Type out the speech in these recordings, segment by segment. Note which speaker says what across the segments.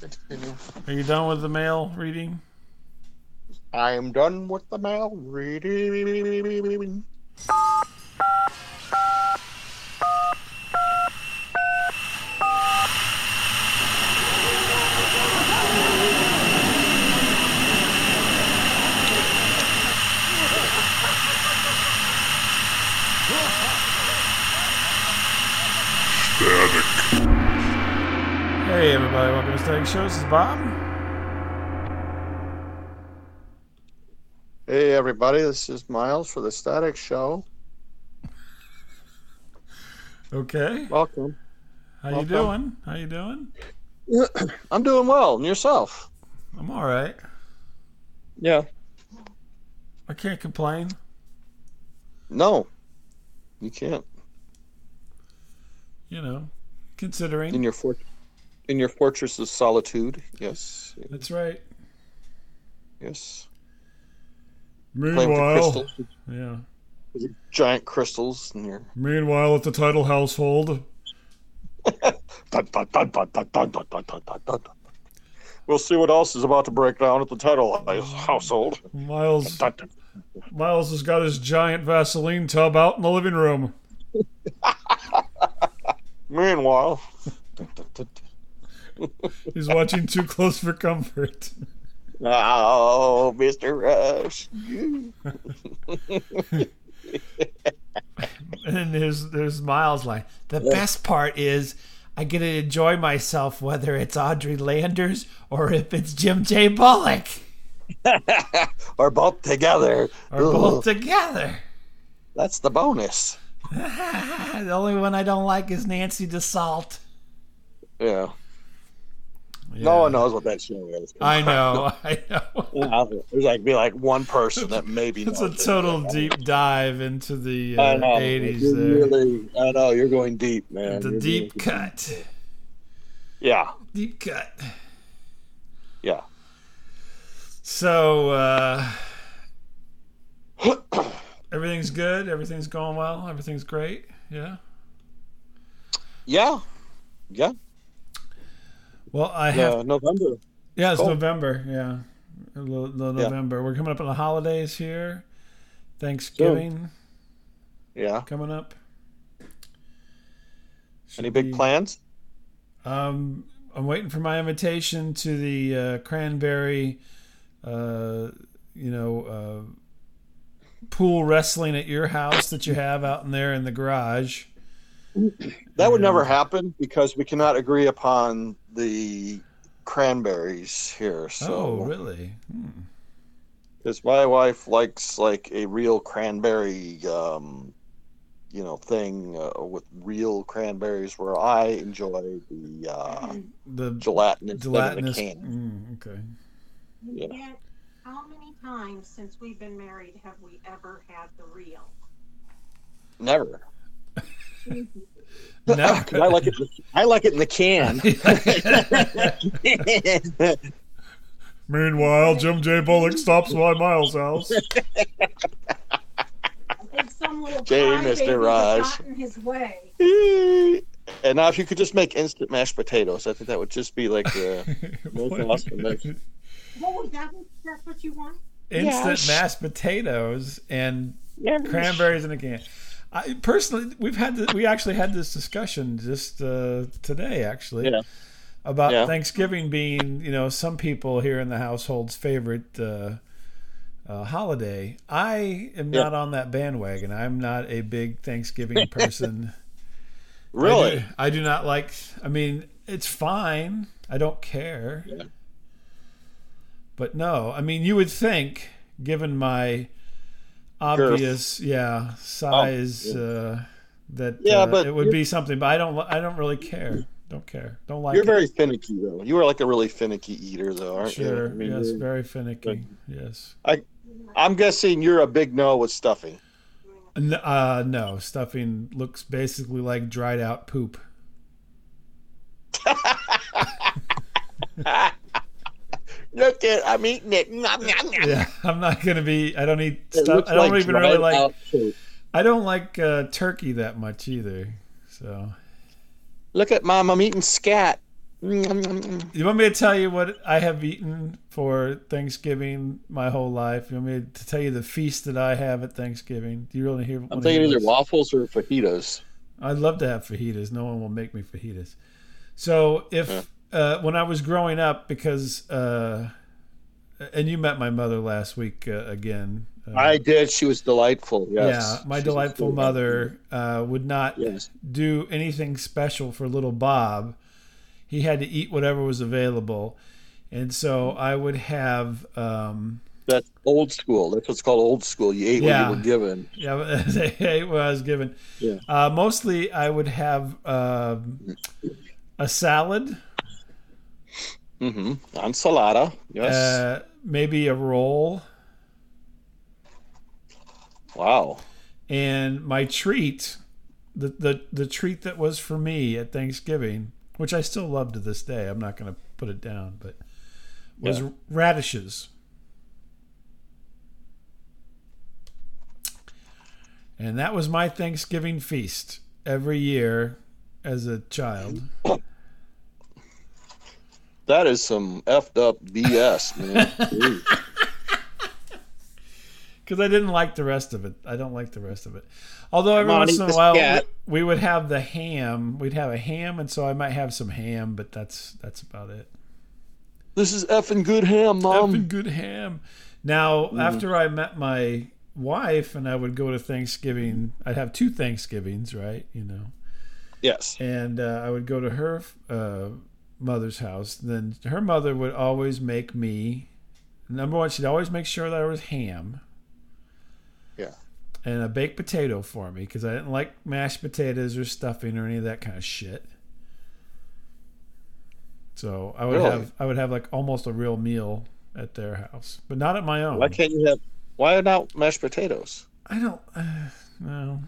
Speaker 1: Continue.
Speaker 2: Are you done with the mail reading?
Speaker 1: I'm done with the mail reading.
Speaker 2: Hey everybody, welcome to Static Shows. This is Bob.
Speaker 1: Hey, everybody, this is Miles for the Static Show.
Speaker 2: Okay.
Speaker 1: Welcome.
Speaker 2: How you
Speaker 1: Welcome.
Speaker 2: doing? How you doing?
Speaker 1: I'm doing well, and yourself?
Speaker 2: I'm all right.
Speaker 1: Yeah.
Speaker 2: I can't complain.
Speaker 1: No, you can't.
Speaker 2: You know,
Speaker 1: In
Speaker 2: considering.
Speaker 1: your fort, in your fortress of solitude. Yes,
Speaker 2: That's right.
Speaker 1: yes. Playing with the
Speaker 2: Meanwhile,
Speaker 1: crystals,
Speaker 2: yeah.
Speaker 1: giant crystals, and your
Speaker 2: Meanwhile, at the title household,
Speaker 1: Dun, dun, dun, dun, dun, dun, dun, dun, dun, dun, dun. We'll see what else is about to break down at the title household.
Speaker 2: Miles
Speaker 1: Dun, dun.
Speaker 2: Miles has got his giant Vaseline tub out in the living room.
Speaker 1: Meanwhile, dun, dun, dun, dun.
Speaker 2: He's watching Too Close for Comfort.
Speaker 1: oh, Mr. Rush.
Speaker 2: And there's there's Miles like the best part is I get to enjoy myself whether it's Audrey Landers or if it's Jim J. Bullock
Speaker 1: Or both together.
Speaker 2: or
Speaker 1: Ugh,
Speaker 2: both together.
Speaker 1: That's the bonus.
Speaker 2: the only one I don't like is Nancy DeSalt.
Speaker 1: Yeah. No one knows what that show is.
Speaker 2: I know, I know.
Speaker 1: There's like be like one person that maybe
Speaker 2: It's a
Speaker 1: knows it.
Speaker 2: total deep dive into the
Speaker 1: I
Speaker 2: uh,
Speaker 1: know.
Speaker 2: 80s
Speaker 1: You're
Speaker 2: there.
Speaker 1: Really, I know you're going deep, man.
Speaker 2: the
Speaker 1: You're
Speaker 2: deep
Speaker 1: going-
Speaker 2: cut.
Speaker 1: Yeah,
Speaker 2: Deep cut.
Speaker 1: yeah.
Speaker 2: So uh everything's good, everything's going well, everything's great. Yeah.
Speaker 1: Yeah. Yeah.
Speaker 2: Well, I have
Speaker 1: Yeah. November.
Speaker 2: Yeah, it's
Speaker 1: Cool.
Speaker 2: November. Yeah, A little- little
Speaker 1: Yeah.
Speaker 2: November. We're coming up on the holidays here. Thanksgiving
Speaker 1: Yeah.
Speaker 2: coming up. Should
Speaker 1: Any
Speaker 2: be-
Speaker 1: big plans?
Speaker 2: Um, I'm waiting for my invitation to the uh, cranberry, uh, you know, uh, pool wrestling at your house that you have out in there in the garage.
Speaker 1: That would
Speaker 2: Yeah.
Speaker 1: never happen because we cannot agree upon the cranberries here.
Speaker 2: oh,
Speaker 1: So,
Speaker 2: really? Hmm.
Speaker 1: because my wife likes like a real cranberry, um, you know, thing uh, with real cranberries, where I enjoy the uh,
Speaker 2: The
Speaker 1: gelatinous,
Speaker 2: gelatinous.
Speaker 1: thing in the can.
Speaker 2: Mm, okay.
Speaker 1: Yeah.
Speaker 3: Yet, how many times since we've been married have we ever had the real?
Speaker 1: Never.
Speaker 2: No.
Speaker 1: 'Cause I like it. I like it in the can.
Speaker 2: Meanwhile, Jim J. Bullock stops by Miles' house.
Speaker 3: I think some little
Speaker 1: Gee,
Speaker 3: crybaby
Speaker 1: Mr.
Speaker 3: had
Speaker 1: Raj.
Speaker 3: gotten his way.
Speaker 1: and now, if you could just make instant mashed potatoes, I think that would just be like the Milk lost in this.
Speaker 2: Instant
Speaker 3: Oh, that was, that's what you want?
Speaker 1: Yes.
Speaker 2: mashed potatoes and
Speaker 1: yeah.
Speaker 2: cranberries in a can. I personally, we've had th- we actually had this discussion just uh, today, actually,
Speaker 1: Yeah.
Speaker 2: about
Speaker 1: Yeah.
Speaker 2: Thanksgiving being, you know, some people here in the household's favorite uh, uh, holiday. I am
Speaker 1: Yeah.
Speaker 2: not on that bandwagon. I'm not a big Thanksgiving person. I
Speaker 1: Really?
Speaker 2: do, I do not like. I mean, it's fine. I don't care.
Speaker 1: Yeah.
Speaker 2: But no, I mean, you would think, given my obvious, yeah, size,
Speaker 1: Oh, yeah.
Speaker 2: Uh, that
Speaker 1: Yeah,
Speaker 2: uh,
Speaker 1: but
Speaker 2: it would
Speaker 1: you're-
Speaker 2: be something. But I don't. li- I don't really care. Don't care. Don't like
Speaker 1: You're
Speaker 2: it.
Speaker 1: very finicky, though. You are like a really finicky eater, though, aren't you?
Speaker 2: sure.
Speaker 1: I mean,
Speaker 2: yes,
Speaker 1: you're-
Speaker 2: very finicky. Yes.
Speaker 1: I'm guessing you're a big no with stuffing.
Speaker 2: N- uh, no, stuffing looks basically like dried out poop.
Speaker 1: Look at I'm eating it. Nom, nom, nom.
Speaker 2: Yeah, I'm not gonna be. I don't eat
Speaker 1: It
Speaker 2: stuff.
Speaker 1: looks
Speaker 2: I don't
Speaker 1: like
Speaker 2: even really
Speaker 1: dried
Speaker 2: like.
Speaker 1: out poop.
Speaker 2: I don't like uh, turkey that much either. So
Speaker 1: Look at mom. I'm eating scat.
Speaker 2: You want me to tell you what I have eaten for Thanksgiving my whole life? You want me to tell you the feast that I have at Thanksgiving? Do you really hear?
Speaker 1: I'm
Speaker 2: wanna hear
Speaker 1: thinking either
Speaker 2: this?
Speaker 1: waffles or fajitas.
Speaker 2: I'd love to have fajitas. No one will make me fajitas. So if uh, when I was growing up, because uh, and you met my mother last week uh, again. Uh,
Speaker 1: I did. She was delightful. Yes.
Speaker 2: Yeah, my
Speaker 1: She's a
Speaker 2: delightful
Speaker 1: fool.
Speaker 2: mother uh, would not
Speaker 1: Yes.
Speaker 2: do anything special for little Bob. He had to eat whatever was available, and so I would have. Um,
Speaker 1: That's old school. That's what's called old school. You ate
Speaker 2: Yeah.
Speaker 1: what you were given.
Speaker 2: yeah, I ate what I was given.
Speaker 1: Yeah.
Speaker 2: Uh, mostly, I would have um, a salad.
Speaker 1: Mm-hmm. Ensalada. Yes.
Speaker 2: Uh, maybe a roll.
Speaker 1: wow.
Speaker 2: And my treat, the, the, the treat that was for me at Thanksgiving, which I still love to this day, I'm not going to put it down, but was
Speaker 1: Yeah.
Speaker 2: radishes. And that was my Thanksgiving feast every year as a child.
Speaker 1: That is some effed up BS, man. Ooh.
Speaker 2: because I didn't like the rest of it. I don't like the rest of it. Although every
Speaker 1: on,
Speaker 2: once
Speaker 1: eat
Speaker 2: in a
Speaker 1: this
Speaker 2: while we,
Speaker 1: cat.
Speaker 2: we would have the ham. We'd have a ham, and so I might have some ham, but that's that's about it.
Speaker 1: this is effing good ham, mom.
Speaker 2: Effing good ham. Now, after I met my wife, and I would go to Thanksgiving. I'd have two Thanksgivings, right? You know,
Speaker 1: Yes.
Speaker 2: and uh, I would go to her uh, mother's house. Then her mother would always make me. Number one, she'd always make sure that there was ham.
Speaker 1: Yeah.
Speaker 2: And a baked potato for me because I didn't like mashed potatoes or stuffing or any of that kind of shit. So I would
Speaker 1: Really?
Speaker 2: have I would have like almost a real meal at their house, but not at my own.
Speaker 1: Why can't you have? Why not mashed potatoes?
Speaker 2: I don't. Uh, no.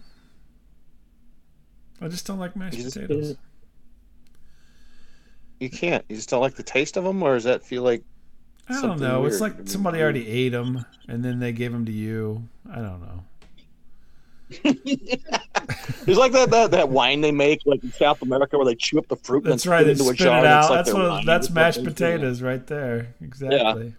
Speaker 2: I just don't like mashed
Speaker 1: You just-
Speaker 2: potatoes.
Speaker 1: You can't. You just don't like the taste of them, or does that feel like?
Speaker 2: I don't
Speaker 1: something
Speaker 2: know. It's
Speaker 1: weird. I
Speaker 2: like
Speaker 1: mean,
Speaker 2: somebody
Speaker 1: weird.
Speaker 2: already ate them and then they gave them to you. I don't know.
Speaker 1: It's like that, that that wine they make like in South America where they chew up the fruit.
Speaker 2: That's
Speaker 1: and
Speaker 2: right. They
Speaker 1: then
Speaker 2: spit
Speaker 1: put
Speaker 2: it
Speaker 1: it into a jar. and
Speaker 2: out.
Speaker 1: it's like
Speaker 2: that's
Speaker 1: their
Speaker 2: what.
Speaker 1: wine.
Speaker 2: That's
Speaker 1: It's
Speaker 2: mashed
Speaker 1: something.
Speaker 2: potatoes right there. Exactly.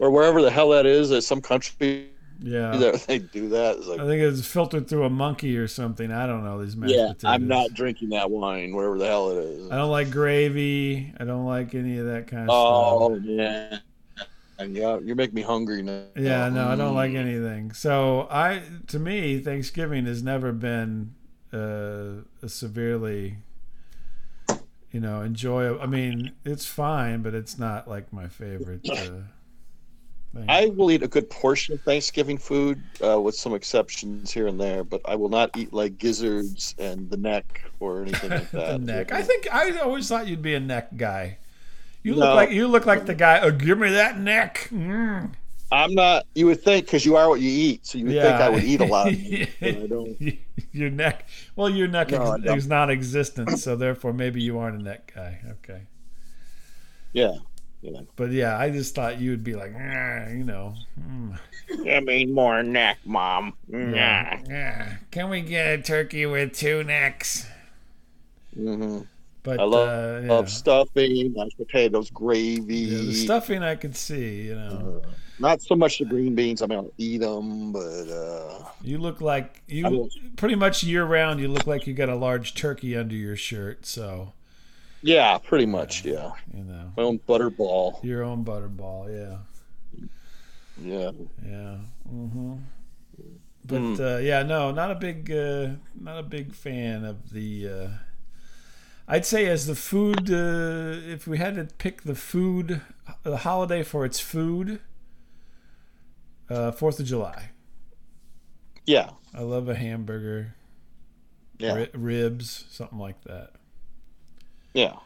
Speaker 1: Or wherever the hell that is, there's some country
Speaker 2: Yeah.
Speaker 1: that they do that. It's like,
Speaker 2: I think it was filtered through a monkey or something. I don't know these mashed
Speaker 1: yeah,
Speaker 2: potatoes.
Speaker 1: I'm not drinking that wine, wherever the hell it is.
Speaker 2: I don't like gravy. I don't like any of that kind of stuff.
Speaker 1: Oh yeah, and yeah, you make me hungry now.
Speaker 2: Yeah, no, I don't like
Speaker 1: Mm.
Speaker 2: anything. So I, to me, Thanksgiving has never been uh, a severely, you know, enjoyable. I mean, it's fine, but it's not like my favorite uh, thing.
Speaker 1: I will eat a good portion of Thanksgiving food, uh, with some exceptions here and there, but I will not eat like gizzards and the neck or anything like that.
Speaker 2: the neck. I think I always thought you'd be a neck guy. You look
Speaker 1: No.
Speaker 2: like you look like the guy. Oh, give me that neck. Mm.
Speaker 1: I'm not. You would think because you are what you eat, so you would think I would eat a lot. but I don't.
Speaker 2: your neck. Well, your neck
Speaker 1: No, I
Speaker 2: is,
Speaker 1: don't.
Speaker 2: is non-existent, so therefore maybe you aren't a neck guy. Okay,
Speaker 1: Yeah.
Speaker 2: but yeah, I just thought you would be like, "Nah," you know, mm,
Speaker 1: I mean, more neck, mom.
Speaker 2: yeah, yeah. Can we get a turkey with two necks?
Speaker 1: hmm
Speaker 2: But
Speaker 1: I love-
Speaker 2: uh, yeah.
Speaker 1: Love stuffing, mashed potatoes, gravy.
Speaker 2: Yeah, the stuffing I could see. You know,
Speaker 1: Uh-huh. Not so much the green beans. I mean, I'll eat them, but uh,
Speaker 2: you look like
Speaker 1: I
Speaker 2: you
Speaker 1: will-
Speaker 2: pretty much year round. You look like you got a large turkey under your shirt. So
Speaker 1: yeah, pretty much. Yeah,
Speaker 2: you know,
Speaker 1: my own butterball.
Speaker 2: your own butterball. Yeah.
Speaker 1: Yeah.
Speaker 2: Yeah. hmm But
Speaker 1: Mm.
Speaker 2: uh, yeah, no, not a big, uh, not a big fan of the. Uh, I'd say as the food, uh, if we had to pick the food, the holiday for its food, uh, Fourth of July.
Speaker 1: Yeah.
Speaker 2: I love a hamburger,
Speaker 1: Yeah.
Speaker 2: ri- ribs, something like that.
Speaker 1: Yeah.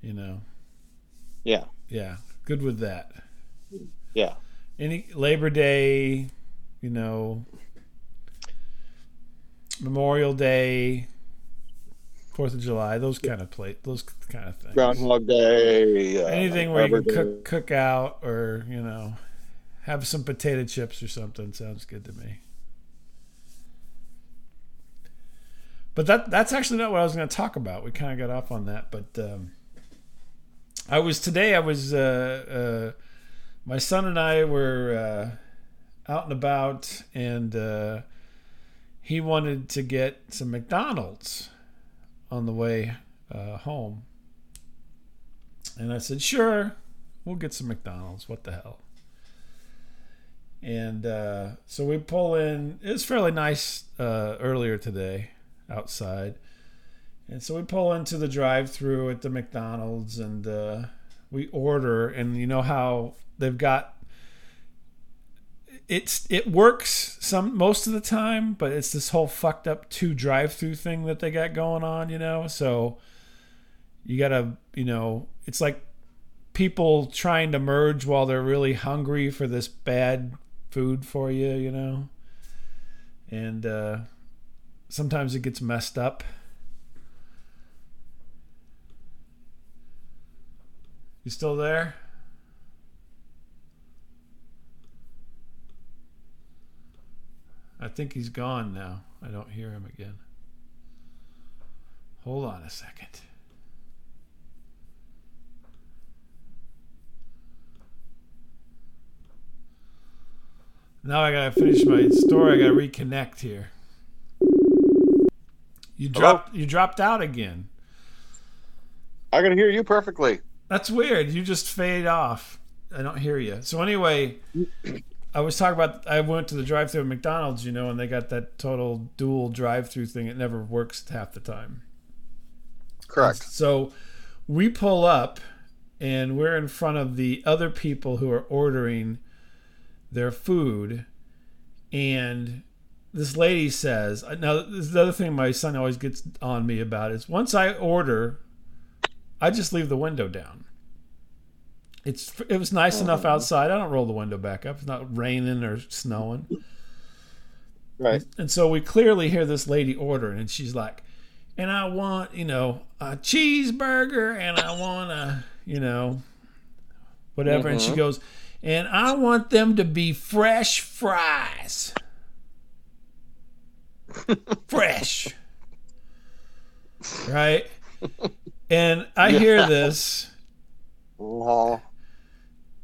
Speaker 2: You know.
Speaker 1: Yeah.
Speaker 2: Yeah, good with that.
Speaker 1: Yeah.
Speaker 2: Any Labor Day, you know, Memorial Day, Fourth of July, those kind of plate, those kind of things.
Speaker 1: Groundhog Day. Uh,
Speaker 2: Anything where you
Speaker 1: Arbor Day.
Speaker 2: can cook cook out or you know, have some potato chips or something sounds good to me. But that that's actually not what I was going to talk about. We kind of got off on that, but um, I was today. I was uh, uh, my son and I were uh, out and about, and uh, he wanted to get some McDonald's on the way uh, home, and I said, "Sure, we'll get some McDonald's. What the hell?" And uh, so we pull in. It's fairly nice uh, earlier today outside. And so we pull into the drive through at the McDonald's and uh, we order. And you know how they've got it's it works some most of the time, but it's this whole fucked up two drive through thing that they got going on, you know? So you gotta, you know, it's like people trying to merge while they're really hungry for this bad food for you, you know? And uh sometimes it gets messed up. You still there? I think he's gone now. I don't hear him again. Hold on a second. Now I gotta finish my story. I gotta reconnect here. You
Speaker 1: Hello?
Speaker 2: dropped. You dropped out again.
Speaker 1: I can hear you perfectly.
Speaker 2: That's weird. You just fade off. I don't hear you. So anyway, I was talking about. I went to the drive-through at McDonald's, you know, and they got that total dual drive-through thing. It never works half the time.
Speaker 1: Correct.
Speaker 2: So we pull up and we're in front of the other people who are ordering their food. And this lady says, now, this is the other thing my son always gets on me about is once I order, I just leave the window down. It's it was nice enough outside. I don't roll the window back up. It's not raining or snowing.
Speaker 1: Right.
Speaker 2: And so we clearly hear this lady ordering, and she's like, and I want, you know, a cheeseburger, and I want a, you know, whatever. And she
Speaker 1: Mhm.
Speaker 2: goes, and I want them to be fresh fries. fresh. Right? And I hear this
Speaker 1: Oh,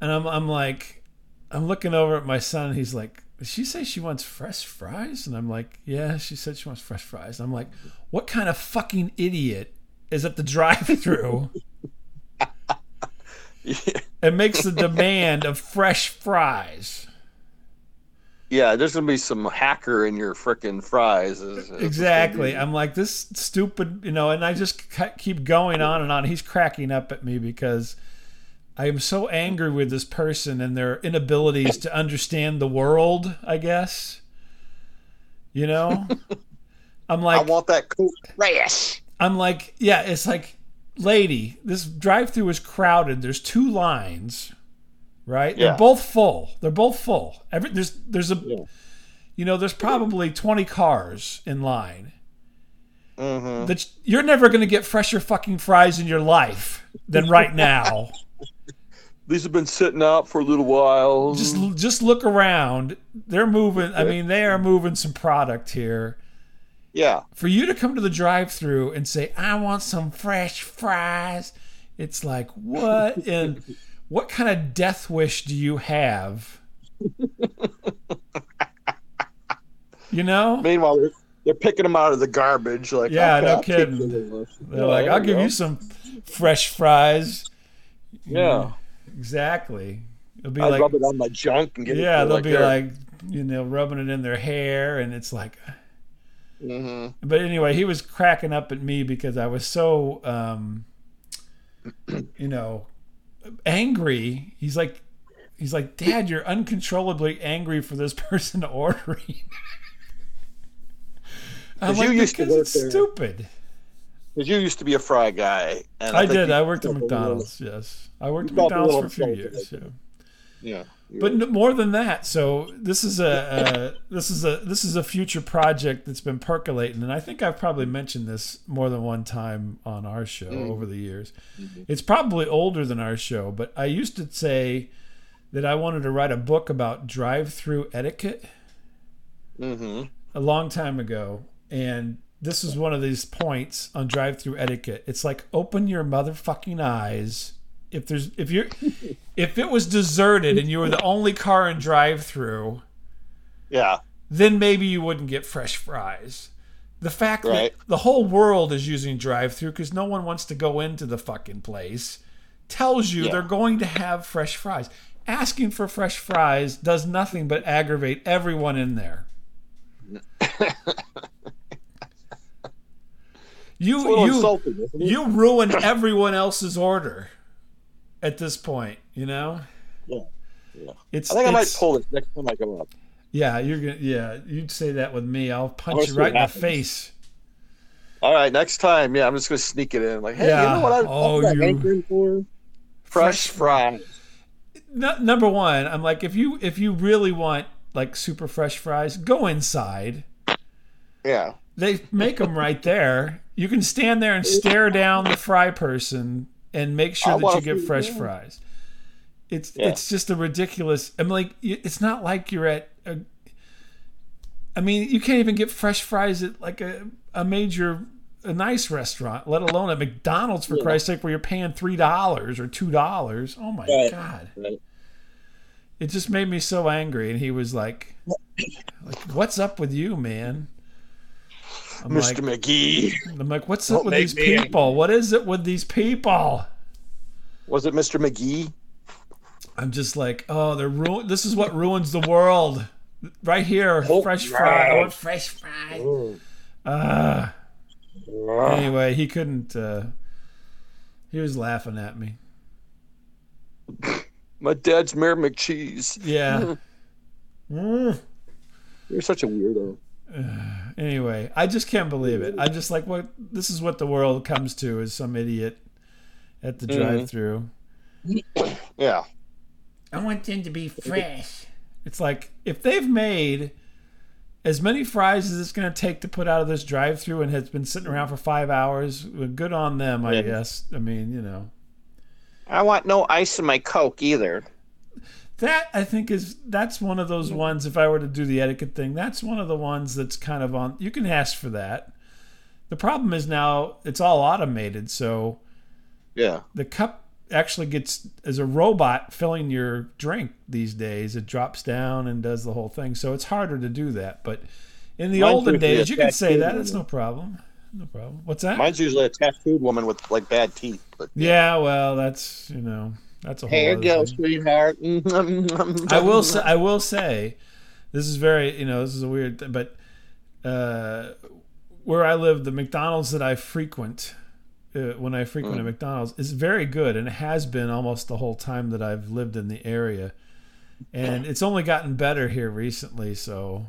Speaker 2: and I'm I'm like, I'm looking over at my son. And he's like, "Did she say she wants fresh fries?" And I'm like, "Yeah, she said she wants fresh fries." And I'm like, "What kind of fucking idiot is at the drive-through and makes the demand of fresh fries?"
Speaker 1: yeah, there's gonna be some hacker in your frickin' fries. is- is-
Speaker 2: Exactly. I'm like this stupid, you know, and I just c- keep going on and on. He's cracking up at me because I am so angry with this person and their inabilities to understand the world. I guess, you know, I'm
Speaker 1: I
Speaker 2: like,
Speaker 1: want that cool fresh.
Speaker 2: I'm like, yeah, it's like, lady, this drive-through is crowded. There's two lines, right?
Speaker 1: Yeah.
Speaker 2: They're both full. They're both full. Every there's there's a,
Speaker 1: Yeah.
Speaker 2: you know, there's probably 20 cars in line
Speaker 1: Mm-hmm.
Speaker 2: that you're never going to get fresher fucking fries in your life than right now.
Speaker 1: These have been sitting out for a little while.
Speaker 2: just just look around. They're moving. I mean, they are moving some product here.
Speaker 1: yeah.
Speaker 2: For you to come to the drive-through and say, "I want some fresh fries," it's like what in what kind of death wish do you have? You know,
Speaker 1: Meanwhile, they're, they're picking them out of the garbage. Like,
Speaker 2: Yeah,
Speaker 1: okay,
Speaker 2: no
Speaker 1: I'll take
Speaker 2: kidding.
Speaker 1: the little ones.
Speaker 2: they're
Speaker 1: Yeah,
Speaker 2: like,
Speaker 1: there
Speaker 2: "I'll give
Speaker 1: go.
Speaker 2: you some fresh fries."
Speaker 1: Yeah,
Speaker 2: Exactly. It'll be
Speaker 1: I
Speaker 2: like,
Speaker 1: rub it on my junk and get
Speaker 2: yeah,
Speaker 1: it.
Speaker 2: they'll be
Speaker 1: there.
Speaker 2: like, you know, rubbing it in their hair, and it's like.
Speaker 1: Mhm.
Speaker 2: But anyway, he was cracking up at me because I was so, um, you know, angry. He's like, he's like, Dad, you're uncontrollably angry for this person ordering. I'm
Speaker 1: 'Cause you
Speaker 2: like,
Speaker 1: used to
Speaker 2: because
Speaker 1: work
Speaker 2: it's
Speaker 1: there."
Speaker 2: stupid.
Speaker 1: 'Cause you used to be a fry guy. And I,
Speaker 2: I
Speaker 1: think
Speaker 2: did.
Speaker 1: you-
Speaker 2: I worked at
Speaker 1: felt a little-
Speaker 2: McDonald's. Yes, I worked at
Speaker 1: felt a
Speaker 2: McDonald's
Speaker 1: little
Speaker 2: for a few
Speaker 1: insulted, I
Speaker 2: years. Yeah.
Speaker 1: Yeah, you
Speaker 2: but
Speaker 1: were-
Speaker 2: n- more than that so this is a, a this is a this is a future project that's been percolating and i think i've probably mentioned this more than one time on our show over the years it's probably older than our show but i used to say that i wanted to write a book about drive-through etiquette
Speaker 1: Mhm.
Speaker 2: a long time ago and this is one of these points on drive-through etiquette. It's like open your motherfucking eyes. If there's if you're if it was deserted and you were the only car in drive-through,
Speaker 1: Yeah.
Speaker 2: then maybe you wouldn't get fresh fries. The fact
Speaker 1: Right.
Speaker 2: that the whole world is using drive-through because no one wants to go into the fucking place tells you
Speaker 1: Yeah.
Speaker 2: they're going to have fresh fries. Asking for fresh fries does nothing but aggravate everyone in there. you
Speaker 1: It's a little
Speaker 2: you
Speaker 1: insulting, isn't it?
Speaker 2: you ruin everyone else's order at this point. You know.
Speaker 1: Yeah. Yeah.
Speaker 2: It's,
Speaker 1: I think I might
Speaker 2: it's-
Speaker 1: pull this next time I go up.
Speaker 2: yeah, you're gonna. Yeah, you'd say that with me. I'll punch
Speaker 1: Let's
Speaker 2: you
Speaker 1: see
Speaker 2: right in
Speaker 1: what
Speaker 2: the
Speaker 1: happens.
Speaker 2: face.
Speaker 1: All right, next time, yeah, I'm just gonna sneak it in. Like, hey,
Speaker 2: Yeah.
Speaker 1: you know what I'm
Speaker 2: Oh,
Speaker 1: what I'm
Speaker 2: you-
Speaker 1: hankering for? Fresh fries.
Speaker 2: No, number one, I'm like, if you if you really want like super fresh fries, go inside.
Speaker 1: Yeah.
Speaker 2: They make them right there. You can stand there and stare down the fry person and make sure
Speaker 1: I
Speaker 2: that
Speaker 1: wanna
Speaker 2: you get
Speaker 1: see-
Speaker 2: fresh
Speaker 1: yeah.
Speaker 2: fries. It's
Speaker 1: Yeah.
Speaker 2: it's just a ridiculous. I'm like, y- it's not like you're at. A, I mean, you can't even get fresh fries at like a a major a nice restaurant, let alone at McDonald's for Christ's sake, where you're paying three dollars or two dollars. Oh my
Speaker 1: Right.
Speaker 2: god!
Speaker 1: Right.
Speaker 2: It just made me so angry, and he was like, like "What's up with you, man?" I'm
Speaker 1: Mr.
Speaker 2: like,
Speaker 1: McGee.
Speaker 2: I'm like, what's up
Speaker 1: Don't
Speaker 2: with
Speaker 1: make
Speaker 2: these
Speaker 1: me angry.
Speaker 2: people? What is it with these people?
Speaker 1: Was it Mr. McGee?
Speaker 2: I'm just like, oh, they're ruin. This is what ruins the world, right here.
Speaker 1: Oh,
Speaker 2: fresh
Speaker 1: wow.
Speaker 2: fry. I want fresh fry. Uh,
Speaker 1: Mm-hmm.
Speaker 2: anyway, he couldn't. Uh, he was laughing at me.
Speaker 1: My dad's Mayor McCheese.
Speaker 2: Yeah. Mm.
Speaker 1: You're such a weirdo.
Speaker 2: Anyway, I just can't believe it. I'm just like, what? This is what the world comes to: is some idiot at the
Speaker 1: Mhm.
Speaker 2: drive-through.
Speaker 1: Yeah.
Speaker 2: I want them to be fresh. It's like if they've made as many fries as it's going to take to put out of this drive-through and has been sitting around for five hours, well, good on them, I
Speaker 1: Yeah.
Speaker 2: guess. I mean, you know,
Speaker 1: I want no ice in my Coke either.
Speaker 2: that I think is that's one of those ones. If I were to do the etiquette thing, that's one of the ones that's kind of on. You can ask for that. The problem is now it's all automated, so
Speaker 1: Yeah.
Speaker 2: the cup actually gets as a robot filling your drink these days it drops down and does the whole thing so it's harder to do that but in the
Speaker 1: Mine's
Speaker 2: olden
Speaker 1: usually
Speaker 2: days
Speaker 1: a
Speaker 2: you can
Speaker 1: fat
Speaker 2: say
Speaker 1: kid
Speaker 2: that
Speaker 1: in
Speaker 2: it's
Speaker 1: it.
Speaker 2: no problem no problem what's that
Speaker 1: Mine's usually a tattooed woman with like bad teeth, but
Speaker 2: yeah well that's you know that's a whole
Speaker 1: Here
Speaker 2: other
Speaker 1: you go,
Speaker 2: thing.
Speaker 1: sweetheart. Mm-hmm.
Speaker 2: I will say, I will say, this is very, you know, this is a weird thing, but uh, where I live, the McDonald's that I frequent, uh, when I frequent a McDonald's, is very good and it has been almost the whole time that I've lived in the area, and it's only gotten better here recently. So,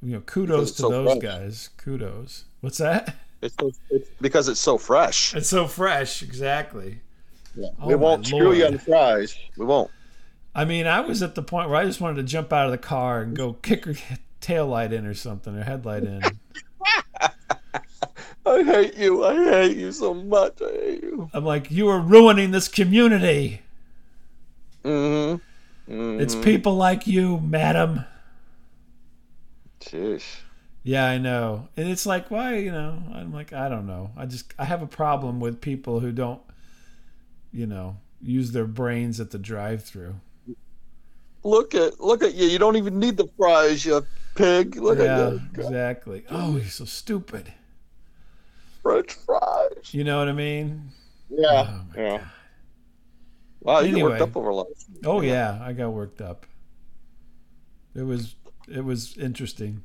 Speaker 2: you know, kudos
Speaker 1: it's
Speaker 2: to
Speaker 1: so
Speaker 2: those
Speaker 1: fresh.
Speaker 2: guys. Kudos. What's that?
Speaker 1: It's, so, it's because it's so fresh.
Speaker 2: It's so fresh. Exactly. Oh
Speaker 1: we
Speaker 2: my
Speaker 1: won't screw you
Speaker 2: Lord.
Speaker 1: on the fries. We won't.
Speaker 2: I mean, I was at the point where I just wanted to jump out of the car and go kick her tail light in or something, or headlight in.
Speaker 1: I hate you. I hate you so much. I hate you.
Speaker 2: I'm like, you are ruining this community.
Speaker 1: Mm-hmm. Mm-hmm.
Speaker 2: It's people like you, madam.
Speaker 1: Jeez.
Speaker 2: Yeah, I know. And it's like, why, you know, I'm like, I don't know. I just, I have a problem with people who don't, you know, use their brains at the drive through.
Speaker 1: Look at look at you. You don't even need the fries, you pig. Look at
Speaker 2: Yeah,
Speaker 1: you. God,
Speaker 2: exactly. Oh, he's so stupid.
Speaker 1: French fries.
Speaker 2: You know what I mean?
Speaker 1: Yeah.
Speaker 2: Oh, my
Speaker 1: yeah. Wow, you
Speaker 2: Anyway.
Speaker 1: worked up over last. night.
Speaker 2: Oh yeah, I got worked up. It was it was interesting.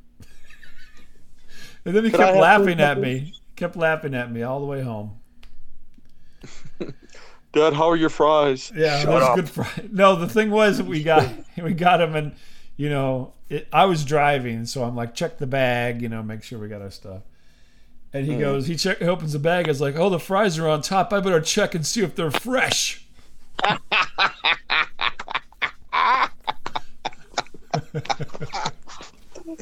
Speaker 2: and then he
Speaker 1: Could I have
Speaker 2: kept
Speaker 1: some
Speaker 2: laughing at
Speaker 1: peppers?
Speaker 2: me. Kept laughing at me all the way home.
Speaker 1: Dad, how are your fries?
Speaker 2: Yeah, that
Speaker 1: Shut
Speaker 2: was
Speaker 1: up.
Speaker 2: good Friday. No, the thing was we got we got him and you know, it, I was driving, so I'm like check the bag, you know, make sure we got our stuff. And
Speaker 1: Hmm.
Speaker 2: he goes, he check he opens the bag, is like, "Oh, the fries are on top. I better check and see if they're fresh."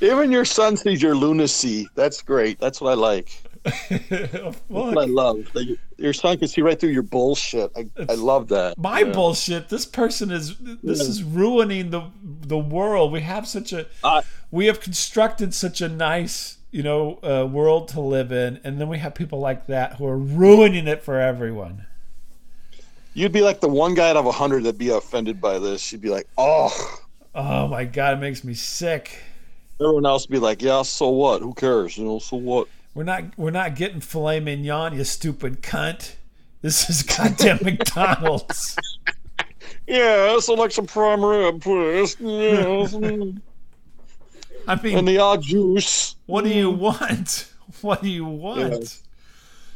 Speaker 1: Even your son sees your lunacy. That's great. That's what I like. That's what I
Speaker 2: Look,
Speaker 1: love. That your son can see right through your bullshit. I, I love that.
Speaker 2: my
Speaker 1: Yeah.
Speaker 2: bullshit. This person is this
Speaker 1: Yeah.
Speaker 2: is ruining the the world. We have such a
Speaker 1: I-
Speaker 2: we have constructed such a nice you know, uh, world to live in, and then we have people like that who are ruining it for everyone.
Speaker 1: You'd be like the one guy out of a hundred that'd be offended by this. You'd be like, oh.
Speaker 2: Oh my god, it makes me sick.
Speaker 1: Everyone else would be like, yeah, so what? Who cares? You know, so what?
Speaker 2: We're not we're not getting filet mignon, you stupid cunt. This is goddamn McDonald's.
Speaker 1: Yeah, so like some prime rib, please. Yes. and
Speaker 2: I mean,
Speaker 1: the odd juice.
Speaker 2: what do you want? What do you want?
Speaker 1: Yes.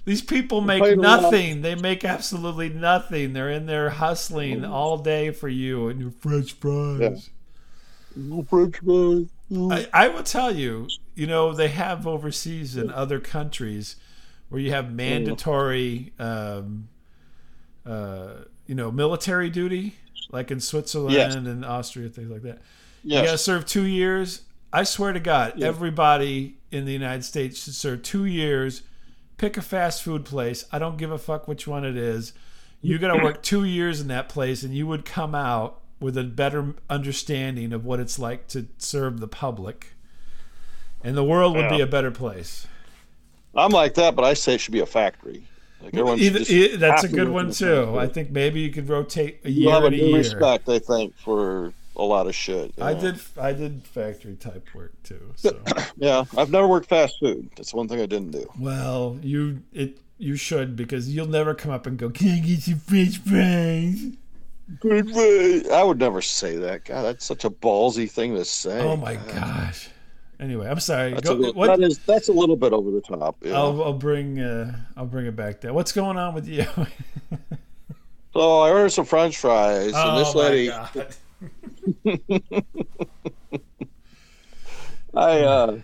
Speaker 2: These people
Speaker 1: Play
Speaker 2: make
Speaker 1: the law.
Speaker 2: nothing. They make absolutely nothing. They're in there hustling all day for you and your French fries.
Speaker 1: Yeah. No French fries.
Speaker 2: I, I will tell you, you know, they have overseas in other countries where you have mandatory, um, uh, you know, military duty, like in Switzerland
Speaker 1: Yes.
Speaker 2: and Austria, things like that. You got to
Speaker 1: Yes.
Speaker 2: serve two years. I swear to God, everybody in the United States should serve two years. Pick a fast food place. I don't give a fuck which one it is. You got to work two years in that place, and you would come out with a better understanding of what it's like to serve the public, and the world would be
Speaker 1: Yeah.
Speaker 2: a better place.
Speaker 1: I'm like that, but I say it should be a factory. Like everyone should
Speaker 2: Either,
Speaker 1: just
Speaker 2: e- that's a
Speaker 1: have to
Speaker 2: good
Speaker 1: work in
Speaker 2: one
Speaker 1: a
Speaker 2: too.
Speaker 1: factory.
Speaker 2: I think maybe you could rotate a
Speaker 1: you
Speaker 2: year
Speaker 1: have a
Speaker 2: to
Speaker 1: new
Speaker 2: year.
Speaker 1: respect, I think, for a lot of shit. you
Speaker 2: I
Speaker 1: know?
Speaker 2: did. I did factory type work too. So.
Speaker 1: Yeah, I've never worked fast food. That's one thing I didn't do.
Speaker 2: Well, you it you should because you'll never come up and go, "Can I get some French fries?"
Speaker 1: I would never say that. God, that's such a ballsy thing to say.
Speaker 2: Oh my gosh! Anyway, I'm sorry.
Speaker 1: That's,
Speaker 2: Go-
Speaker 1: a little,
Speaker 2: what- Oh.
Speaker 1: that is, that's a little bit over the top. you know.
Speaker 2: I'll, I'll bring uh, I'll bring it back. There. What's going on with you? Oh,
Speaker 1: So I ordered some French fries, and this lady,
Speaker 2: Oh God.
Speaker 1: I, uh,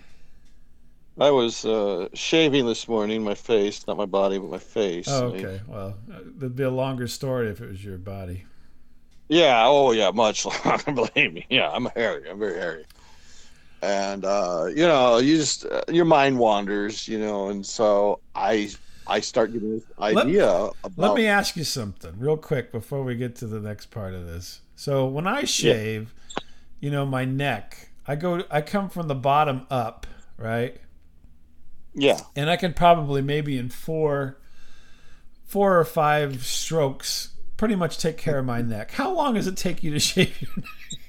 Speaker 1: I was uh, shaving this morning, my face, not my body, but my face.
Speaker 2: Oh,
Speaker 1: I-
Speaker 2: okay. Well, uh, that'd be a longer story if it was your body.
Speaker 1: Yeah. Oh, yeah. Much. longer, Believe me. Yeah, I'm hairy. I'm very hairy. And uh, you know, you just uh, your mind wanders, you know, and so I I start getting this
Speaker 2: Let-
Speaker 1: idea
Speaker 2: Let
Speaker 1: about
Speaker 2: me ask you something real quick before we get to the next part of this. So when I shave, you know, my neck, I go, I come from the bottom up, right?
Speaker 1: yeah,
Speaker 2: and I can probably maybe in four, four or five strokes, pretty much take care of my neck. How long does it take you to shave your neck?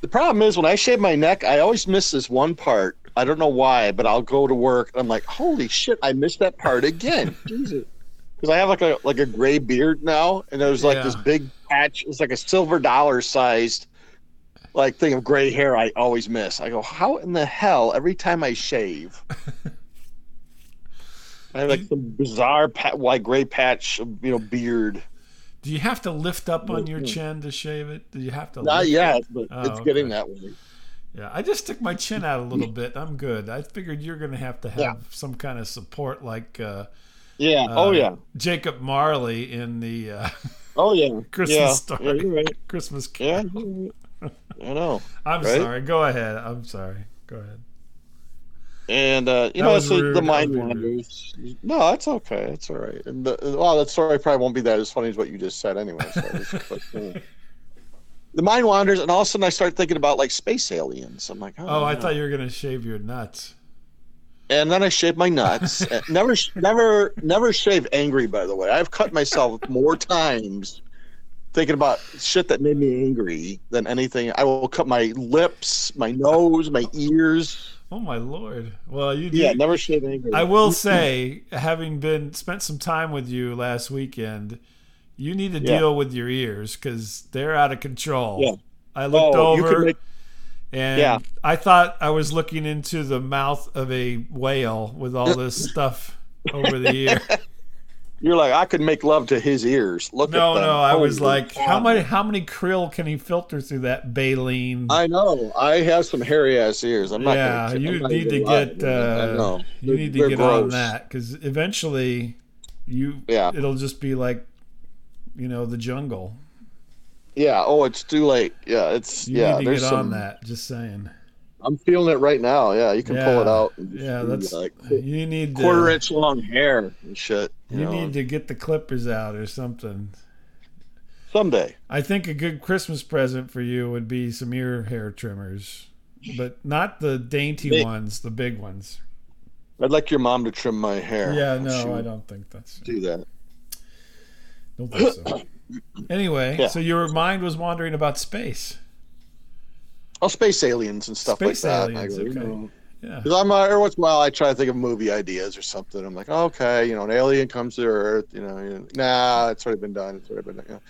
Speaker 1: The problem is when I shave my neck, I always miss this one part. I don't know why, but I'll go to work and I'm like, holy shit, I missed that part again. Jesus. Because I have like a like a gray beard now, and there's like this
Speaker 2: Yeah.
Speaker 1: big patch. It's like a silver dollar sized like thing of gray hair I always miss. I go, how in the hell every time I shave? I have like some bizarre pat, like gray patch, of, you know, beard.
Speaker 2: Do you have to lift up on your chin to shave it? Do you have to?
Speaker 1: Not
Speaker 2: lift-
Speaker 1: yet, but
Speaker 2: Oh,
Speaker 1: it's getting
Speaker 2: okay.
Speaker 1: that way.
Speaker 2: Yeah, I just stick my chin out a little bit. I'm good. I figured you're going to have to have
Speaker 1: Yeah.
Speaker 2: some kind of support, like uh,
Speaker 1: Yeah. oh
Speaker 2: uh,
Speaker 1: yeah.
Speaker 2: Jacob Marley in the uh,
Speaker 1: Oh yeah.
Speaker 2: Christmas
Speaker 1: yeah.
Speaker 2: story.
Speaker 1: Yeah, you're right.
Speaker 2: Christmas.
Speaker 1: Yeah,
Speaker 2: Carol.
Speaker 1: I know.
Speaker 2: I'm
Speaker 1: Right?
Speaker 2: sorry. Go ahead. I'm sorry. Go ahead.
Speaker 1: And uh, you
Speaker 2: That
Speaker 1: know,
Speaker 2: was
Speaker 1: so
Speaker 2: rude.
Speaker 1: the
Speaker 2: That
Speaker 1: mind
Speaker 2: was really
Speaker 1: wanders. No, that's okay. It's all right. And the, well, that story probably won't be that as funny as what you just said, anyway. So it's- but, uh, the mind wanders, and all of a sudden, I start thinking about like space aliens. I'm like, oh,
Speaker 2: Oh, I
Speaker 1: no.
Speaker 2: thought you were going to shave your nuts.
Speaker 1: And then I shave my nuts. And never, sh- never, never shave angry. By the way, I've cut myself more times thinking about shit that made me angry than anything. I will cut my lips, my nose, my ears.
Speaker 2: Oh my lord. Well, you did.
Speaker 1: Yeah, never shave angry.
Speaker 2: I will say, having been spent some time with you last weekend, you need to
Speaker 1: Yeah.
Speaker 2: deal with your ears because they're out of control.
Speaker 1: Yeah.
Speaker 2: I looked
Speaker 1: Oh, you can
Speaker 2: over
Speaker 1: make-
Speaker 2: and
Speaker 1: Yeah.
Speaker 2: I thought I was looking into the mouth of a whale with all this stuff over the ear.
Speaker 1: You're like, I could make love to his ears. Look
Speaker 2: No,
Speaker 1: at them.
Speaker 2: no, I was
Speaker 1: Holy
Speaker 2: like, how
Speaker 1: cow.
Speaker 2: many how many krill can he filter through that baleen?
Speaker 1: I know. I have some hairy ass ears. I'm not.
Speaker 2: Yeah,
Speaker 1: gonna,
Speaker 2: you
Speaker 1: I'm not
Speaker 2: need to
Speaker 1: gonna lie.
Speaker 2: get uh,
Speaker 1: I know.
Speaker 2: you need to
Speaker 1: They're
Speaker 2: get on
Speaker 1: gross.
Speaker 2: that because eventually, you
Speaker 1: Yeah.
Speaker 2: it'll just be like, you know, the jungle.
Speaker 1: Yeah. Oh, it's too late. Yeah, it's
Speaker 2: You
Speaker 1: yeah.
Speaker 2: need to
Speaker 1: there's
Speaker 2: get
Speaker 1: some.
Speaker 2: on that. Just saying.
Speaker 1: I'm feeling it right now. Yeah, you can pull it
Speaker 2: Yeah.
Speaker 1: out. and just
Speaker 2: Yeah,
Speaker 1: do,
Speaker 2: that's
Speaker 1: like
Speaker 2: you need to,
Speaker 1: quarter inch long hair and shit. You,
Speaker 2: You
Speaker 1: know,
Speaker 2: need to get the clippers out or something.
Speaker 1: someday.
Speaker 2: I think a good Christmas present for you would be some ear hair trimmers. but not the dainty
Speaker 1: Big.
Speaker 2: ones, the big ones.
Speaker 1: I'd like your mom to trim my hair.
Speaker 2: Yeah, no,
Speaker 1: She
Speaker 2: I
Speaker 1: would
Speaker 2: don't think that's.
Speaker 1: do that.
Speaker 2: Don't think so. Anyway,
Speaker 1: Yeah.
Speaker 2: so your mind was wandering about space.
Speaker 1: Oh, space aliens and stuff
Speaker 2: Space
Speaker 1: like that.
Speaker 2: aliens,
Speaker 1: I go, you
Speaker 2: okay.
Speaker 1: know.
Speaker 2: Yeah.
Speaker 1: 'Cause I'm uh, every once in a while I try to think of movie ideas or something. I'm like, okay, you know, an alien comes to Earth. You know, you know, nah, it's already been done. It's already been done.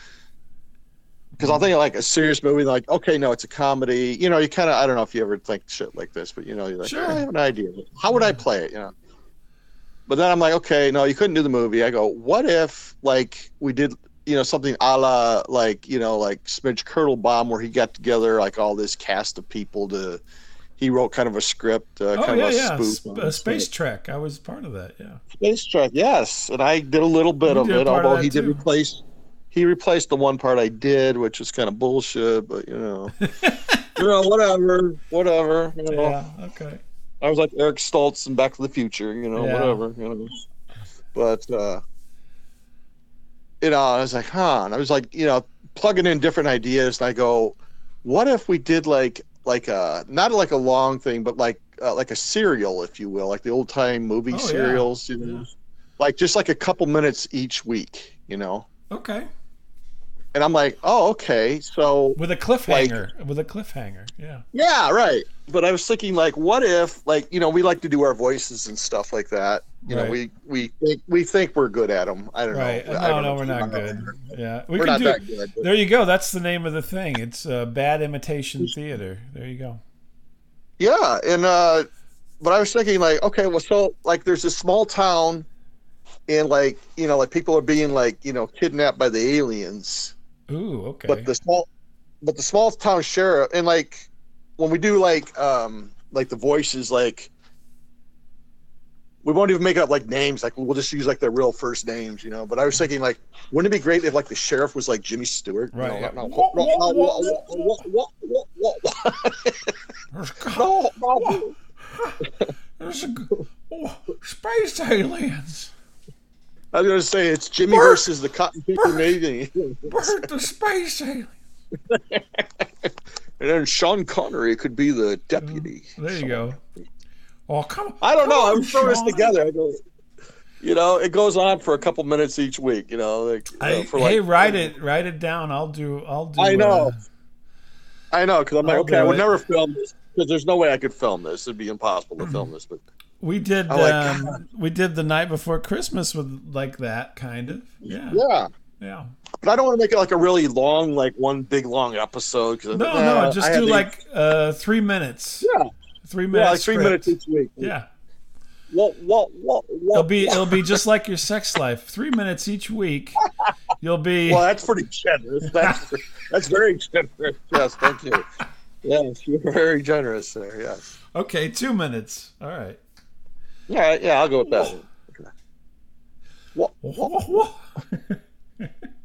Speaker 1: Because I'll think of like a serious movie, like okay, no, it's a comedy. You know, you kind of I don't know if you ever think shit like this, but you know, you're like,
Speaker 2: Sure.
Speaker 1: "Eh, I have an idea. How would I play it? You know. But then I'm like, okay, no, you couldn't do the movie. I go, what if like we did, you know, something a la like you know like Smidge Curdlebomb, where he got together like all this cast of people to. He wrote kind of a script, uh,
Speaker 2: Oh
Speaker 1: kind
Speaker 2: yeah,
Speaker 1: of a
Speaker 2: yeah.
Speaker 1: spoof.
Speaker 2: Sp-
Speaker 1: on
Speaker 2: uh,
Speaker 1: it.
Speaker 2: space Trek. I was part of that. Yeah.
Speaker 1: Space Trek, yes, and I did a little bit
Speaker 2: You
Speaker 1: of
Speaker 2: did a
Speaker 1: it,
Speaker 2: part of
Speaker 1: although
Speaker 2: that
Speaker 1: he did
Speaker 2: too.
Speaker 1: replace he replaced the one part I did, which is kind of bullshit, but you know, you know, whatever, whatever. You know,
Speaker 2: Yeah. Okay.
Speaker 1: I was like Eric Stoltz in Back to the Future, you know,
Speaker 2: Yeah.
Speaker 1: whatever, you know. But uh, you know, I was like, huh, and I was like, you know, plugging in different ideas, and I go, what if we did like like a not like a long thing, but like uh, like a serial, if you will, like the old time movie
Speaker 2: Oh, yeah.
Speaker 1: serials, you know,
Speaker 2: Yeah.
Speaker 1: like just like a couple minutes each week, you know.
Speaker 2: Okay.
Speaker 1: And I'm like, oh, okay, so
Speaker 2: With a cliffhanger. with a cliffhanger. Yeah.
Speaker 1: Yeah, right. But I was thinking, like, what if, like, you know, we like to do our voices and stuff like that. You
Speaker 2: Right.
Speaker 1: know, we we think we think we're good at them. I don't
Speaker 2: Right.
Speaker 1: know. I
Speaker 2: No,
Speaker 1: don't
Speaker 2: no,
Speaker 1: know
Speaker 2: we're
Speaker 1: if
Speaker 2: not
Speaker 1: we are.
Speaker 2: good. Yeah. We
Speaker 1: We're
Speaker 2: can
Speaker 1: not
Speaker 2: do
Speaker 1: that good. but-
Speaker 2: There you go. That's the name of the thing. It's uh, bad imitation theater. There you go.
Speaker 1: Yeah, and uh, but I was thinking, like, okay, well, so like, there's this small town, and like, you know, like people are being like, you know, kidnapped by the aliens.
Speaker 2: Ooh, okay.
Speaker 1: but the small but the small town sheriff and like when we do like um like the voices like we won't even make up like names like we'll just use like their real first names you know but i was thinking like wouldn't it be great if like the sheriff was like jimmy stewart you
Speaker 2: Right,
Speaker 1: know,
Speaker 2: yeah.
Speaker 1: like, no, no, no, no, no, no, no, no, no, no, no, no.
Speaker 2: There's a g- oh, space aliens.
Speaker 1: i was gonna say it's jimmy
Speaker 2: Bert.
Speaker 1: versus the cotton picking lady
Speaker 2: Bert the space alien.
Speaker 1: and then sean connery could be the deputy
Speaker 2: Mm-hmm. There you go. Oh, come
Speaker 1: I don't know.
Speaker 2: come
Speaker 1: I'm
Speaker 2: on,
Speaker 1: throwing this
Speaker 2: Sean.
Speaker 1: together. I go, you know, it goes on for a couple minutes each week. You know, like, you
Speaker 2: I,
Speaker 1: know, for
Speaker 2: hey,
Speaker 1: like,
Speaker 2: write it, write it down. I'll do. I'll do.
Speaker 1: I know.
Speaker 2: uh,
Speaker 1: I know because I'm like,
Speaker 2: I'll
Speaker 1: okay, I
Speaker 2: do
Speaker 1: would
Speaker 2: it. Mm.
Speaker 1: never film this because there's no way I could film this. It'd be impossible to film this. But
Speaker 2: we did.
Speaker 1: I'm like,
Speaker 2: um, we did the night before Christmas with like that kind of. Yeah.
Speaker 1: yeah,
Speaker 2: Yeah.
Speaker 1: but I don't want to make it like a really long, like one big long episode. Cause
Speaker 2: No,
Speaker 1: uh,
Speaker 2: no. Just
Speaker 1: I had
Speaker 2: do
Speaker 1: to-
Speaker 2: like uh, three minutes.
Speaker 1: yeah,
Speaker 2: Three minutes.
Speaker 1: yeah, like three minutes each week.
Speaker 2: Yeah.
Speaker 1: What, what, what, what?
Speaker 2: It'll be it'll be just like your sex life. Three minutes each week. You'll be
Speaker 1: Well, that's pretty generous. That's that's very generous. Yes, thank you. Yes, you're very generous there. Yes.
Speaker 2: okay. Two minutes. All right.
Speaker 1: Yeah, yeah, I'll go with that. What?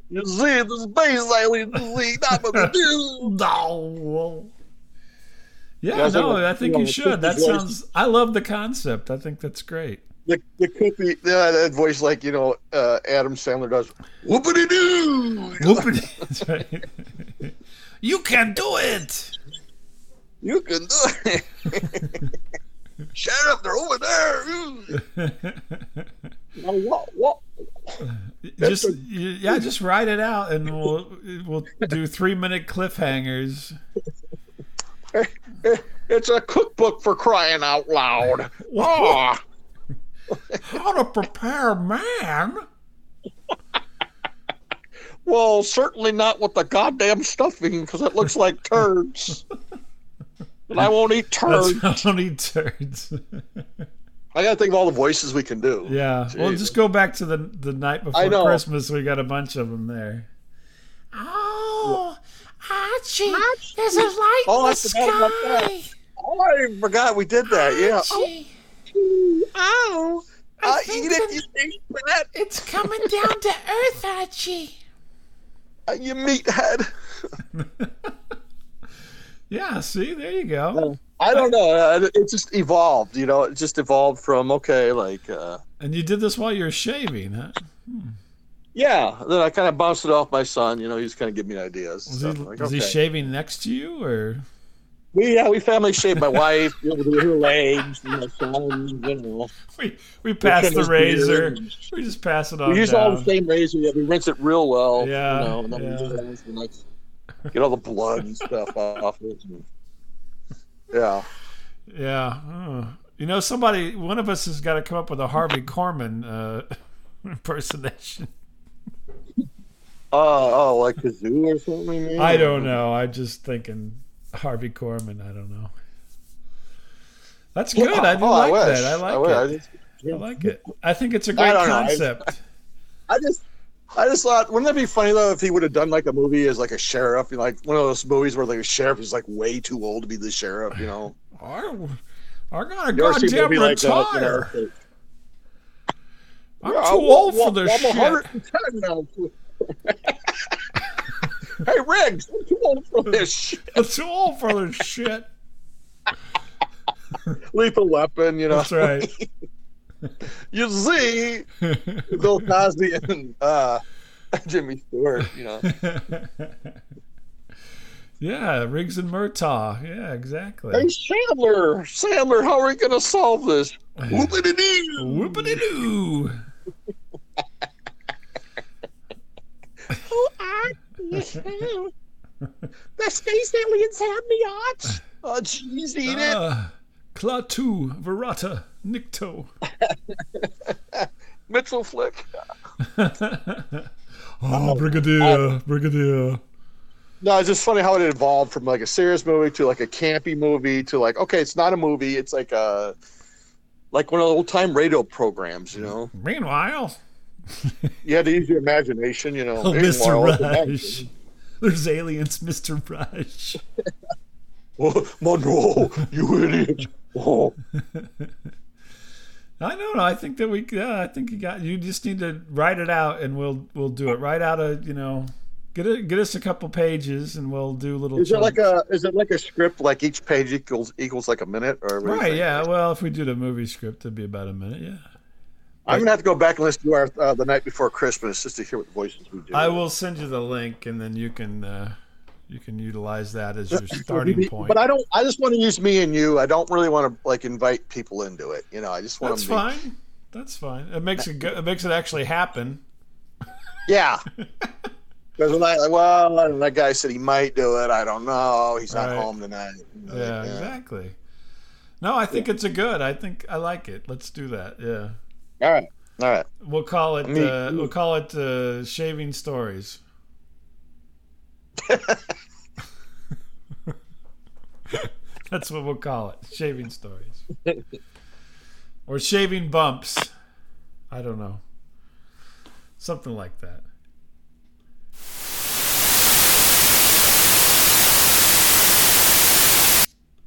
Speaker 1: You see, this is base alien disease. Not what we do.
Speaker 2: No. Yeah,
Speaker 1: Yeah, I think
Speaker 2: no,
Speaker 1: we'll-
Speaker 2: I think
Speaker 1: yeah,
Speaker 2: you
Speaker 1: we'll
Speaker 2: should.
Speaker 1: keep
Speaker 2: That
Speaker 1: these ways.
Speaker 2: sounds. I love the concept. I think that's great.
Speaker 1: The, the cookie, uh, that voice like, you know, uh, Adam Sandler does. Whoopity doo!
Speaker 2: That's right. you can do it.
Speaker 1: You can do it. Sheriff, they're over there. Ooh. Now, what, what?
Speaker 2: just yeah, just write it out, and we'll we'll do three minute cliffhangers.
Speaker 1: It's a cookbook for crying out loud. Oh,
Speaker 2: How to prepare man?
Speaker 1: well, certainly not with the goddamn stuffing because it looks like turds. And I won't eat turds.
Speaker 2: That's only turds.
Speaker 1: I gotta think of all the voices we can do.
Speaker 2: yeah. Well,
Speaker 1: Jeez.
Speaker 2: just go back to the the night before
Speaker 1: I know.
Speaker 2: Christmas. We got a bunch of them there. Oh, Archie, there's a light
Speaker 1: Oh, in I the forgot about that. Oh, I forgot we did that. Yeah. Oh, I eat it. You eat that.
Speaker 2: it's coming down to earth, Archie.
Speaker 1: uh, You meathead.
Speaker 2: Yeah. See, there you go.
Speaker 1: I don't know. uh, It just evolved. You know, it just evolved from okay, like uh,
Speaker 2: And you did this while you were shaving, huh?
Speaker 1: yeah. Then I kind of bounced it off my son. You know, he's kind of giving me ideas. and
Speaker 2: Was, he,
Speaker 1: stuff. Like,
Speaker 2: was he
Speaker 1: okay.
Speaker 2: shaving next to you, or
Speaker 1: We yeah, we family shaped my wife, you know, her legs, and my son, you know.
Speaker 2: We we pass the
Speaker 1: His
Speaker 2: razor.
Speaker 1: beard.
Speaker 2: We just pass it on.
Speaker 1: We use all the
Speaker 2: down.
Speaker 1: same razor. Yeah, we rinse it real well.
Speaker 2: Yeah,
Speaker 1: You know, and then
Speaker 2: yeah.
Speaker 1: we use it and, like, get all the blood and stuff off it. and- yeah.
Speaker 2: Yeah. huh. You know, somebody, one of us has got to come up with a Harvey Korman uh, impersonation.
Speaker 1: Oh, oh, like the zoo or something. maybe?
Speaker 2: I don't know. I'm just thinking Harvey Korman. I don't know. That's good. I do
Speaker 1: Oh,
Speaker 2: like
Speaker 1: wish.
Speaker 2: that. I like
Speaker 1: wish. I
Speaker 2: it.
Speaker 1: just,
Speaker 2: I like it. I think it's a great
Speaker 1: don't know. I-
Speaker 2: concept.
Speaker 1: I just, I just thought, wouldn't that be funny though if he would have done like a movie as like a sheriff, you know, like one of those movies where like a sheriff is like way too old to be the sheriff, you know?
Speaker 2: Ar- I gotta
Speaker 1: You ever see a
Speaker 2: goddamn
Speaker 1: movie like that, you know,
Speaker 2: retire.
Speaker 1: like,
Speaker 2: I'm
Speaker 1: Yeah,
Speaker 2: too
Speaker 1: I'm-
Speaker 2: old for
Speaker 1: I'm-
Speaker 2: this
Speaker 1: I'm a
Speaker 2: shit.
Speaker 1: 110 now. hey, Riggs, I'm too old for this shit.
Speaker 2: I'm too old for this shit.
Speaker 1: lethal weapon. You know,
Speaker 2: That's right.
Speaker 1: you see Bill Cosby and uh, Jimmy Stewart. You know,
Speaker 2: yeah, Riggs and Murtaugh. Yeah, exactly.
Speaker 1: hey Sandler, Sandler, how are we gonna solve this? Whoopity-dee.
Speaker 2: Whoopity doo.
Speaker 1: Who are you? The space aliens have me out. Oh, jeez, eat it.
Speaker 2: Uh, Klaatu, Verata, Nikto.
Speaker 1: Mitchell Flick.
Speaker 2: oh, Brigadier, Brigadier.
Speaker 1: No, it's just funny how it evolved from like a serious movie to like a campy movie to like okay, it's not a movie, it's like a like one of the old time radio programs, you know.
Speaker 2: Meanwhile,
Speaker 1: You had to use your imagination, you know.
Speaker 2: oh,
Speaker 1: Meanwhile,
Speaker 2: Mr.
Speaker 1: the
Speaker 2: Rush. There's aliens, Mr. Rush.
Speaker 1: Oh, Monroe, you idiot. Oh.
Speaker 2: I don't know. I think that we. Yeah, I think you got. You just need to write it out, and we'll we'll do it. Write out a you know, get a, get us a couple pages, and we'll do little.
Speaker 1: Is it like
Speaker 2: chunks.
Speaker 1: a is it like a script like each page equals equals like a minute or what do you
Speaker 2: right?
Speaker 1: think?
Speaker 2: Yeah. Well, if we did a movie script, it'd be about a minute. Yeah.
Speaker 1: I'm gonna have to go back and listen to our uh, the night before Christmas just to hear what voices we do.
Speaker 2: I will send you the link, and then you can uh, you can utilize that as your starting
Speaker 1: Maybe-
Speaker 2: point.
Speaker 1: But I don't I just want to use me and you. I don't really want to like invite people into it. You know, I just want
Speaker 2: That's
Speaker 1: to
Speaker 2: fine. That's fine. It makes it go, it makes it actually happen.
Speaker 1: Yeah. Because when I well, and that guy said he might do it. I don't know. He's not
Speaker 2: Right.
Speaker 1: home tonight.
Speaker 2: Yeah, exactly. No, I think it's a good. I think I like it. Let's do that. Yeah.
Speaker 1: All right. All right.
Speaker 2: We'll call it.
Speaker 1: Me
Speaker 2: Uh,
Speaker 1: too.
Speaker 2: we'll call it uh, shaving stories. That's what we'll call it. Shaving stories, or shaving bumps. I don't know. Something like that.